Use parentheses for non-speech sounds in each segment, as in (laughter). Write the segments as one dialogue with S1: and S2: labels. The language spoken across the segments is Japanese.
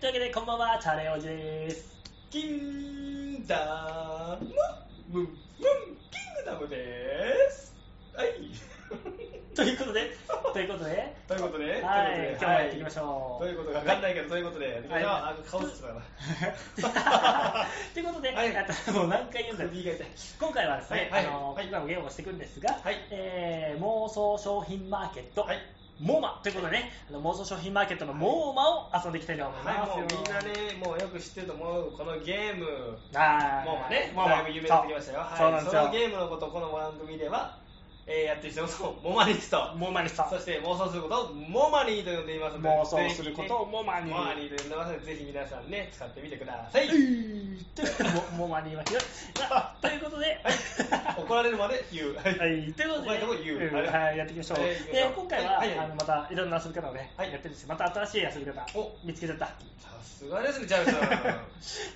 S1: というわけで、こんばんは、チャレオジです。
S2: キンダムムムンキングダムですはい (laughs)
S1: ということで、ということで、
S2: ということで、
S1: はい、今日もやっていきま
S2: し
S1: しょ
S2: ということが分かんないけど、ということで、
S1: はい
S2: あ顔つつだな
S1: う。ということで、
S2: はい
S1: あともう何回言うんだろう
S2: 首が痛い
S1: 今回はですね、
S2: はい
S1: あの
S2: はい
S1: 今もゲームをしていくんですが、
S2: はい
S1: えー妄想商品マーケット、
S2: はい
S1: モーマということでね、あの妄想商品マーケットのモーマを遊んでいきたいと思いますよ。
S2: はい、もうみんなね、もうよく知ってると思う、このゲーム、
S1: はい、
S2: もうね、
S1: モーマ
S2: だいぶ有名になってきましたよ。
S1: そう,、
S2: はい、そ
S1: そうな
S2: の
S1: んです
S2: ゲ
S1: よ。
S2: ームのことをこの番組では、えーやってる人のことをモマリスト、
S1: モーマにした
S2: そ。して妄想することをモマリーと呼んでいますので、
S1: 妄想することをモーマ
S2: ぜ
S1: に。
S2: ひねモマリーと呼んでますので、ぜひ皆さんね、使ってみてください。
S1: ということで、モーマに言いますよ。
S2: (laughs)
S1: ということで、
S2: 怒られるまで言う。は。
S1: はいい、ということで、
S2: ここでも言う
S1: うん
S2: あれ
S1: はい、やっていきましょう。
S2: はい
S1: で、今回は、
S2: はいはい
S1: あのまたいろんな遊び方をね、
S2: はい
S1: やってるんですよ。また新しい遊び方
S2: お
S1: 見つけちゃった。
S2: さすがですね、ジャムさん。は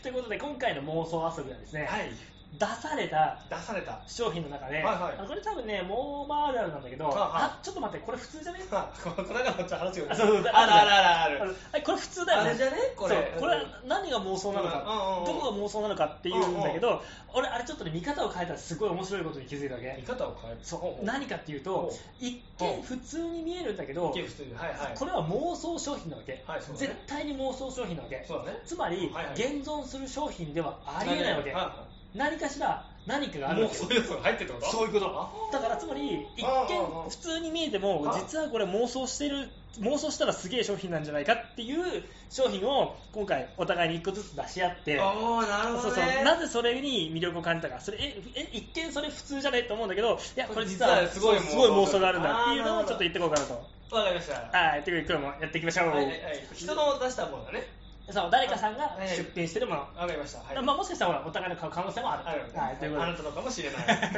S1: ということで、今回の妄想遊びはですね、
S2: い。
S1: 出された
S2: 出された。
S1: 商品の中で、
S2: はいはい
S1: あのこれ多分ね、モーマーあるあるなんだけど、
S2: はいはい
S1: あ、ちょっと待って、これ普通じゃね
S2: あここの間もちょっと話が
S1: あそうそう
S2: あるあるあるある。
S1: あれこれ普通だよね。
S2: あれじゃねこれ
S1: そうこれは何が妄想なのか、
S2: うんうんうん
S1: どこが妄想なのかっていうんだけど、俺、あれちょっとね、見方を変えたらすごい面白いことに気づいたわ
S2: 見
S1: け。
S2: 方を変える。
S1: そう何かっていうと、一見普通に見えるんだけど
S2: 一、見普通に。はいはい。
S1: これは妄想商品なわけ、
S2: はいそうだね
S1: 絶対に妄想商品なわけ、
S2: そうだね。
S1: つまり、
S2: はいはい
S1: 現存する商品ではありえないわけ、
S2: は
S1: 何かしら何か
S2: い
S1: があ
S2: はい
S1: る
S2: も
S1: わけ
S2: うそういうやつが入ってってこと
S1: そういうこと
S2: あ
S1: だからつまり一
S2: ああああ
S1: 見普通に見えても
S2: あ
S1: 実はこれ妄想してる妄想したらすげえ商品なんじゃないかっていう商品を今回お互いに一個ずつ出し合って
S2: おー、なるほ
S1: そう
S2: ど
S1: そ
S2: ね。
S1: うなぜそれに魅力を感じたかそれええ一見それ普通じゃねと思うんだけどいやこれ実
S2: こ
S1: は
S2: れ実はすごい妄想
S1: そうすごい妄想があるんだっていうのをちょっと言ってこうかなと
S2: わかりました。は
S1: はいということで今日もやっていきましょう、
S2: いはいはい。人の出したものだね。
S1: そう誰かさんが
S2: はい
S1: 出品してるもの、
S2: わかりました。はい。
S1: まあ、もしかしたらほらお互いの買う可能性もある、
S2: ある
S1: はい、ということ
S2: あ
S1: で
S2: なたのかもしれない。
S1: はい、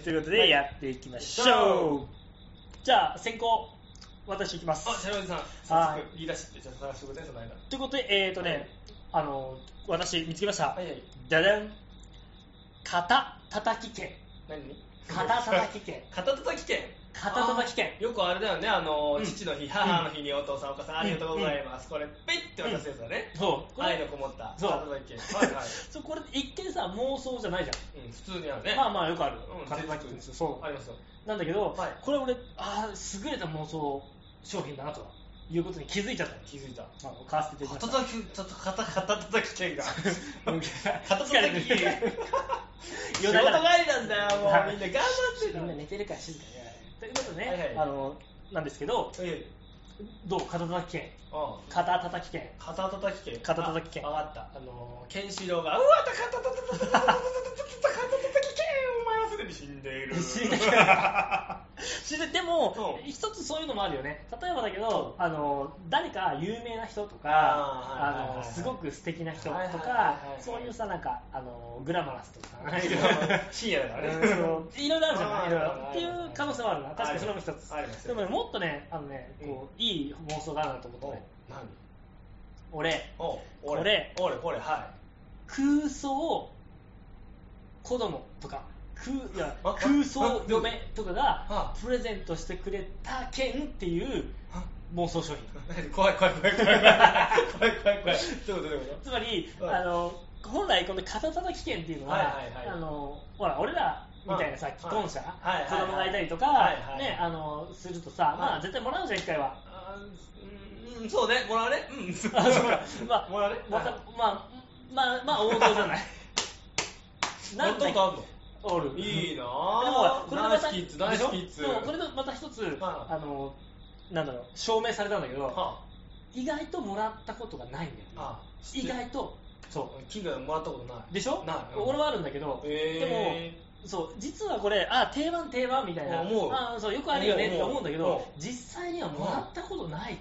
S1: ということでやっていきましょう。じゃあ、先行、私いきます
S2: あ、。白井さん、
S1: は
S2: 早
S1: い
S2: 速言い出しって、ちょっと探してください、その間。
S1: ということで、えっ、ー、とね、あの、私見つけました。
S2: はいはい。
S1: ダダン。肩叩き券。
S2: 何
S1: 肩叩き券。
S2: 肩叩き券
S1: 肩叩き券。
S2: よくあれだよねあの、
S1: うん
S2: 父の日母の日にお父さんお母さん、ありがとうございます、これペイって渡すやつだね、
S1: そう。これ、
S2: 愛のこもった
S1: そう
S2: 肩叩き券はいはい、
S1: そうこれ一見さ、妄想じゃないじゃ
S2: うん、普通にあるね、
S1: ん。まあまあ、よくある
S2: う。ん
S1: 肩叩き券ですよ。そ
S2: ありますよ
S1: う。なんだけど
S2: はい、
S1: これ俺、ああ、優れた妄想商品だなと。いうことに気づいちゃったんです。
S2: 気づいた
S1: あの買わせていただ
S2: 肩
S1: きました。
S2: 叩き肩肩肩叩き券が肩
S1: 疲れ
S2: 叩
S1: て
S2: き券
S1: る
S2: (laughs) 仕事帰りなんだよもう
S1: はい
S2: みんな頑張って
S1: (laughs) み
S2: る
S1: ん
S2: の
S1: な寝てるから静かにやらないということでね、
S2: はいはい
S1: あのなんですけど
S2: ええ
S1: どう肩叩き券
S2: ああ
S1: 肩叩き
S2: (laughs)
S1: 券
S2: 肩叩き券
S1: 肩叩き券
S2: あわかったあのケンシロウが「うわ肩叩き券肩叩き券お前はすでに死んでいる」
S1: 死んでいる知ってでも、
S2: うん
S1: 一つそういうのもあるよね例えばだけど、あの誰か有名な人とか
S2: あーはいはいはい
S1: あ
S2: はい
S1: のすごく素敵な人と
S2: はいはいはい
S1: か
S2: はいはい
S1: そういうさなんかあのグラマラスとか
S2: あれ深夜だから
S1: うん
S2: ね。 (laughs)
S1: そういろい (laughs) ろあるじゃないいろい
S2: あ
S1: ろ
S2: ー
S1: っていう可能性はあるな確かにそれも一つ
S2: あります
S1: で
S2: よ
S1: もねもっとねあのねこういい妄想があるなと思って
S2: お
S1: ね
S2: 何
S1: 俺
S2: お
S1: これ
S2: 俺これは
S1: 空想子供とか空いや
S2: ああ
S1: 空想
S2: あ
S1: 嫁とかが
S2: あ
S1: プレゼントしてくれた券っていう
S2: あ
S1: 妄想商品
S2: い怖い怖い怖い怖い怖い怖い怖い怖いどういうことどういうこ
S1: つまり
S2: あ
S1: あの本来この肩叩き券っていうのは,、
S2: はいはいはい
S1: あのほら俺らみたいなさ
S2: あ
S1: 既婚者、
S2: はいはい
S1: 子供がいたりとか、
S2: はいはい
S1: ね、あのするとさ、ま
S2: は
S1: あ、
S2: い
S1: 絶対もらうじゃん一回は。
S2: とあーうんうんそうねもらうねうん
S1: あそうかまあ
S2: もらうね
S1: またまあまあまあ王道じ
S2: (laughs)
S1: ゃない
S2: やったことあんの
S1: おる
S2: いい
S1: で
S2: な
S1: も
S2: ぁ
S1: これで
S2: ナ
S1: ま
S2: イ
S1: た
S2: スキッズナイスキッズ
S1: でもこれ
S2: は
S1: でまた一つ、
S2: は
S1: あのなんだろう証明されたんだけど、
S2: あ
S1: 意外ともらったことがないんだよね、
S2: あ
S1: 意外とそ
S2: 金魚もらったことな
S1: うでしょ
S2: ないうん
S1: 俺はあるんだけど、
S2: いえー
S1: そう実はこれあ定番定番みたいな
S2: あ思う
S1: あそうよくあるよねって思うんだけ
S2: 思う
S1: ど
S2: 思
S1: 実際にはもらったことない、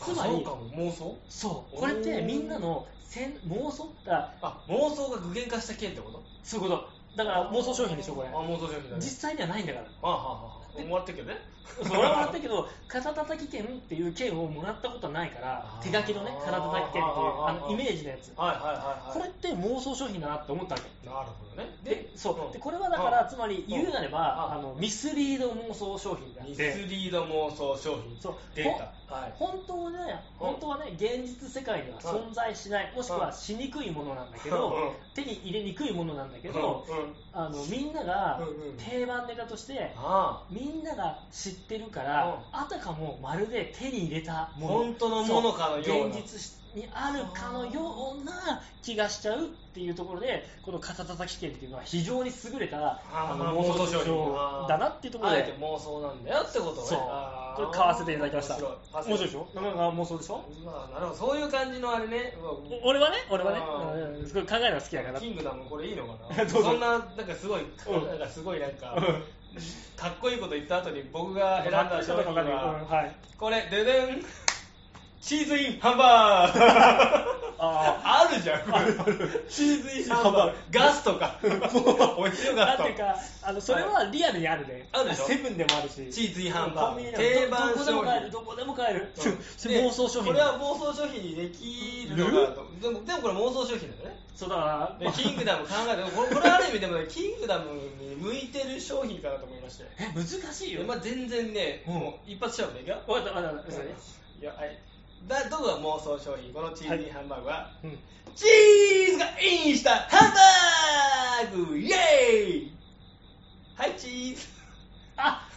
S2: あ
S1: つまり
S2: そうかも妄想
S1: そうこれってみんなのせん妄想だから
S2: あ妄想が具現化した件ってこと
S1: そういうことだから妄想商品でしょこれ
S2: あ妄想商品だね
S1: 実際にはないんだから
S2: あはあはあはあ思ったけどね
S1: それはもらったけど肩叩き券っていう券をもらったことはないから
S2: あー
S1: 手書きのね肩叩き券っていう
S2: あー
S1: あのイメージのやつ
S2: (laughs) はいはいはいはい
S1: これって妄想商品だなって思ったわけ
S2: なるほどね
S1: でそうでこれはだか
S2: う
S1: ら
S2: ん
S1: つまり言うなれば
S2: うん
S1: あのミスリード妄想商品であっ
S2: ミス
S1: て
S2: リード妄想商品
S1: そう
S2: データはい
S1: 本当はね本当はね現実世界には存在しないもしくはしにくいものなんだけ
S2: うん
S1: ど手に入れにくいものなんだけど
S2: うんうん
S1: あのみんなが
S2: うんうん
S1: 定番ネタとして
S2: あ
S1: みんなが知ってるから、あたかもまるで手に入れたもの
S2: 本当のものかのような
S1: そ現実にあるかのような気がしちゃうっていうところでこの肩叩き券っていうのは非常に優れた
S2: あ
S1: あの
S2: 妄想商品
S1: だなっていうところ
S2: あ
S1: で
S2: えて妄想なんだよってことね
S1: そう
S2: あ
S1: こ
S2: ー
S1: れ買わせていただきました
S2: 面白い
S1: 面白いでしょなかなか妄想でしょ
S2: まあなるほどそういう感じのあれねうわ
S1: お俺はね俺はね
S2: あー
S1: うんすごい考えるの好きだから
S2: キングダムこれいいのか
S1: (laughs) ど
S2: な
S1: うぞ
S2: そんななんかすごい、
S1: ん
S2: なんかすごいなんか、
S1: うん
S2: かっこいいこと言った後に僕が選んだ商
S1: わ
S2: 品
S1: かんないうん
S2: は
S1: はい
S2: これででんチーズインハンバーグ
S1: (laughs) あ
S2: あるじゃん
S1: あるある
S2: チーズインハンバーグガスとかお塩ガ
S1: な
S2: ス
S1: んていう
S2: と
S1: かあのそれはリアルにあるね、
S2: あるでしょ
S1: セブンでもあるし
S2: チーズインハンバ
S1: コ
S2: ーグ
S1: ンビニでも
S2: 定番
S1: どどこでも買え
S2: 商品
S1: るどこでも買
S2: (laughs)
S1: える、
S2: うん
S1: そ
S2: で
S1: れ妄想商品
S2: これは妄想商品にできるのかなとでもでもこれ妄想商品だよね
S1: そうだから
S2: でキングダム考えてこれこれある意味でもねキングダムに向いてる商品かなと思いまして
S1: え難しいよ、
S2: でまあ、全然ね、
S1: うん
S2: もう一発勝負でいくよ
S1: 分かった分かった分かっ
S2: いやはいだどこが妄想商品このチーズインハンバーグは、
S1: た、うん
S2: チーズがインしたハンバーグイエーイはいチーズ (laughs)
S1: あ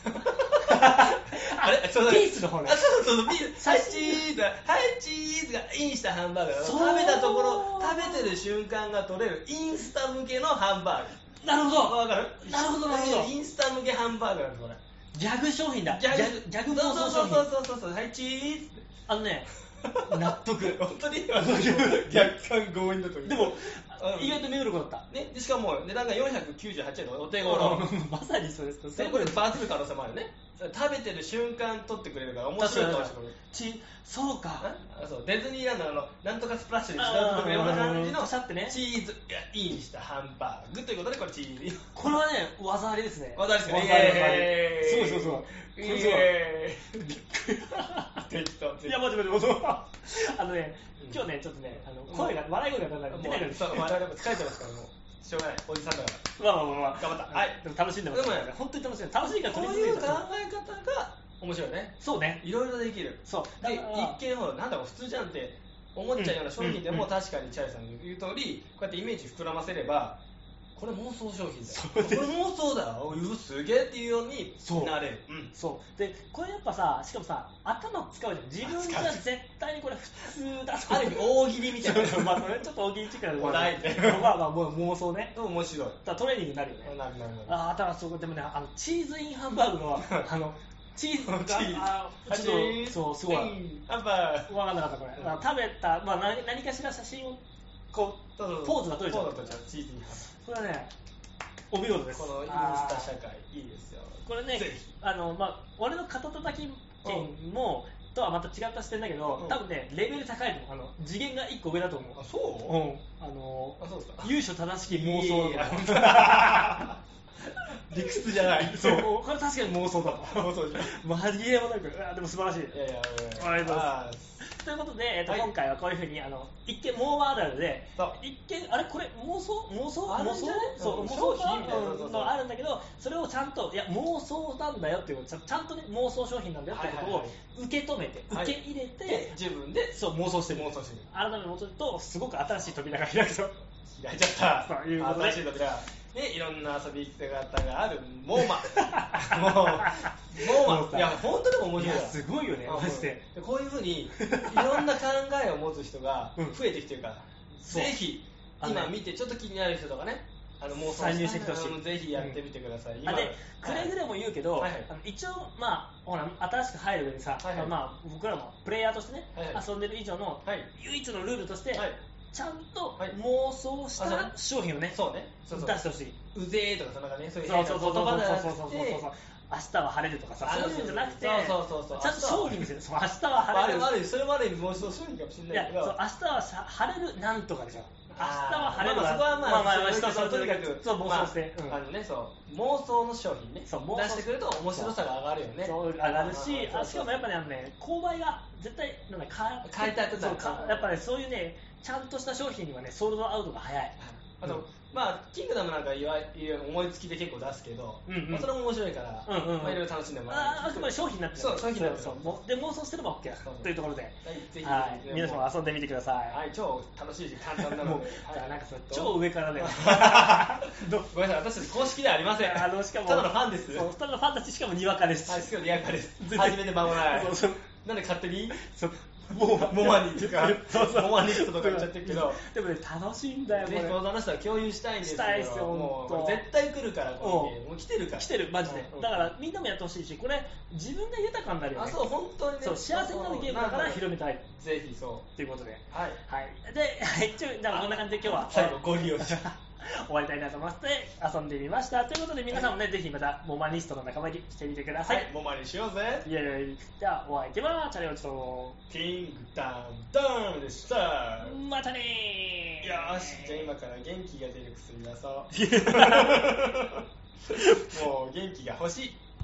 S2: あれそうだ
S1: ピースの方ね
S2: あそうそうそうピース
S1: あ
S2: はい
S1: そう
S2: チーズはいチーズがインしたハンバーグ
S1: そう
S2: 食べたところ食べてる瞬間が取れるインスタ向けのハンバーグ
S1: なるほ
S2: わ
S1: ど
S2: かる
S1: なるほどなるほど
S2: インスタ向けハンバーグなんですこれ
S1: ギャグ商品だ
S2: ギャグ
S1: ギャグ妄想商品
S2: そうそうそうそうそうはいチーズ
S1: あの
S2: (laughs)
S1: ね納得
S2: 本当に (laughs) 逆感強引だと思う
S1: でも
S2: うん
S1: 意外と目黒子だった
S2: ねでしかも値段が498円のお手頃
S1: (laughs) まさにそうです
S2: それこれバズる可能性もあるね食べてる瞬間撮ってくれるから面白いかもしれない
S1: ちそうか
S2: あそうディズニーランドのあのなんとかスプラッシュにしたとかような感じ
S1: あー
S2: の
S1: パシャってね
S2: チーズいやいいにしたハンバーグということでこれチーズいい
S1: これはね技ありですね
S2: (laughs) わかりですか
S1: 技あり技ありそうそうそうこれそう
S2: 適当適当
S1: いや待って待って待ってあのね今日ねちょっとねあの声が笑い声が出ない
S2: もう
S1: 出ないから
S2: そう我々も疲れてますからもうしょうがないおじさんだから
S1: まあまあまあまあ
S2: 頑張ったはい
S1: でも楽しんでます
S2: でもね
S1: 本当に楽しい楽しいから
S2: こう
S1: 取り
S2: いう
S1: 続
S2: 考え
S1: け
S2: 方
S1: た
S2: が面白いね
S1: そうね
S2: いろいろできる
S1: そうだ
S2: で一
S1: から
S2: 見ほらなんだか普通じゃんって思っちゃうような商品で
S1: うんう
S2: も
S1: ん
S2: 確かにチャイさんの言う通りこうやってイメージ膨らませればこれ妄想商品
S1: そう
S2: だ
S1: です
S2: よこれ妄想だようわすげえっていうように
S1: そう
S2: なれるうん
S1: そうでこれやっぱさしかもさ頭使うじゃん自分じゃ絶対にこれ普通だと
S2: (laughs) ある意味
S1: (laughs)
S2: 大喜利みたいな
S1: まあそれちょっと大喜利チックなところだけど
S2: お題ね
S1: まあまあもう妄想ね
S2: 面白い
S1: だからトレーニングになるよね
S2: なるなるなる
S1: ああただそうでもねあのチーズインハンバーグのあ
S2: (laughs)
S1: のチーズが
S2: チーズ
S1: あーちょっとそうすごい
S2: やっぱ
S1: 分かんなかったこれ、
S2: うん
S1: だから食べた、まあ、何何かしら写真をこうポーズが取れちゃう
S2: ポーズが取れちゃうチーズに
S1: これはねお見事です
S2: このインス
S1: あ
S2: タ
S1: ー
S2: 社会いいですよ
S1: これね
S2: ぜひ
S1: あの、まあ、俺の肩叩き券も、とはまた違った視点だけど、
S2: うん
S1: 多分ねレベル高いと思うあの次元が1個上だと思
S2: あ
S1: う、
S2: そう
S1: うん、あの
S2: あそうですか
S1: 由緒正しき妄想だと思う
S2: (laughs) 理屈じゃない
S1: (laughs)
S2: (laughs)
S1: そうこれ確かに妄想だわ
S2: 妄想じゃない
S1: マジでもなくうわでも素晴らしい
S2: いやいやいや
S1: ありがとうござい
S2: あー
S1: ということで、えっと
S2: はい
S1: 今回はこういうふうにあの一見モーバーダルで
S2: そう
S1: 一見あれこれ妄想妄想
S2: ある
S1: 妄
S2: んじ
S1: 想
S2: ゃない
S1: そう
S2: うん
S1: 妄
S2: 商
S1: 想
S2: 品みたいなそうそうそう
S1: のがあるんだけどそれをちゃんといや妄想なんだよっていうちゃんちゃんとね妄想商品なんだよってこと
S2: はいはいは
S1: を受け止めて、
S2: はい
S1: 受け入れて、
S2: で自分で
S1: そう妄想してる
S2: 妄想してみ
S1: 改めて妄想するとすごく新しい扉が開くと
S2: る開いちゃった
S1: そういうことで
S2: 新しい扉ねいろんな遊び方があるモ
S1: (laughs)
S2: ーマもうモ
S1: も
S2: ー
S1: う
S2: マ
S1: さ
S2: いや本当でも面白い
S1: い
S2: わ
S1: やすごいよね
S2: あ
S1: マジで
S2: うんこういうふ
S1: (laughs)
S2: うにいろんな考えを持つ人が
S1: うん
S2: 増えてきてるから、
S1: そう
S2: ぜひ
S1: あのね
S2: 今見てちょっと気になる人とかねあの妄想したい
S1: 参入してきてほしい
S2: うんぜひやってみてください、
S1: あでくれぐ
S2: はい
S1: れも言うけど、
S2: はいはい
S1: あの一応、まあ、ほら新しく入る上でさ、
S2: はいはい
S1: まあ、僕らもプレイヤーとしてね、
S2: はいはい
S1: 遊んでる以上の
S2: はい
S1: 唯一のルールとして、
S2: はい
S1: ちゃんと
S2: はい
S1: 妄想し
S2: あそうね
S1: た商品をね、
S2: そうねそうそう
S1: 出してほしい。
S2: うぜーとかそんな感じねそういう
S1: そう
S2: 変な
S1: そうそうそう
S2: 言葉じゃな
S1: そうそうそう
S2: く
S1: そう
S2: て
S1: そう明日は晴れるとかさ
S2: あ
S1: そういうんじゃなくて
S2: そうそうそうそう
S1: ちゃんと商品見せるそう明日は
S2: あ
S1: 晴
S2: れ
S1: れる
S2: もあるそれもある意味妄想商品かもし
S1: い
S2: れな
S1: や
S2: いけ
S1: そう
S2: ど
S1: 明日はさ晴れるなんとかでしょ明日は晴れる
S2: ま
S1: わ
S2: あ、そこはまあ、
S1: まあまあまあ
S2: そ
S1: そう
S2: れ
S1: そう
S2: とにか
S1: とに
S2: く
S1: かくそう妄想性
S2: まあ
S1: うん
S2: あのねそう妄想の商品ね
S1: そう妄想
S2: 出してくると面白さが上がるよね
S1: そう上がるし、
S2: あ
S1: あしかもやっぱね、あのね、購買が絶対、なんか
S2: 買いたくなる
S1: そうかやっぱね、そういうね、ちゃんとした商品にはね、ソールドアウトが早い。
S2: あと、
S1: うん
S2: まあキングダムなんかいわゆる思いつきで結構出すけど、
S1: うんうん
S2: まあそれも面白いから、
S1: うんうんうん
S2: まあいろいろ楽しんでもら
S1: ああくまで商品になってる
S2: そう商品になってる
S1: そうそうもうで妄想してれば OK だ
S2: そうそう
S1: というところで、
S2: はいぜひ
S1: はい、皆様
S2: は
S1: 遊んでみてください。
S2: い超楽しいし簡単
S1: (laughs)
S2: な
S1: も
S2: の
S1: う
S2: で、
S1: だからなんかその
S2: 超
S1: 超上から (laughs)
S2: (laughs)
S1: ねど
S2: ごめんなさい私たち公式ではありません
S1: あのしかも
S2: ただのファンです
S1: そうただのファンだししかもにわかです、
S2: はい、すぐリアカです
S1: 全。然
S2: 初めて間もない。
S1: そうそう
S2: なんで勝手に
S1: そうもう
S2: モアニックとか
S1: そうそう
S2: モアニックとか言っちゃってるけど
S1: でもね楽しいんだよこ
S2: ね、
S1: れ
S2: この話は共有したいんですけど
S1: したいっすよ
S2: も
S1: ほん
S2: う
S1: と
S2: 絶対来るから、この
S1: う
S2: 家もう来てるから。
S1: 来てるマジで
S2: うん
S1: だからみんなもやってほしいしこれ自分が豊かになるよ
S2: あ、
S1: ね
S2: そう、本当にね。
S1: そう幸せになるゲームだから広めたい
S2: ぜひ、そ
S1: ということで
S2: う。はい。
S1: はいではいちょじゃあこんな感じで今日は
S2: 最後、ご利用し。
S1: 終わりたいなと思って遊んでみましたということで皆さんもね、ぜひまたモマニストの仲間にしてみてくださ、
S2: はいい、もまにしようぜ。
S1: いやいやいやではお相手はチャレオチと
S2: キングダンダンでした。よ
S1: またねー
S2: し、じゃあ今から
S1: (laughs)
S2: 元気が出る薬出そう。もう元気が欲しい。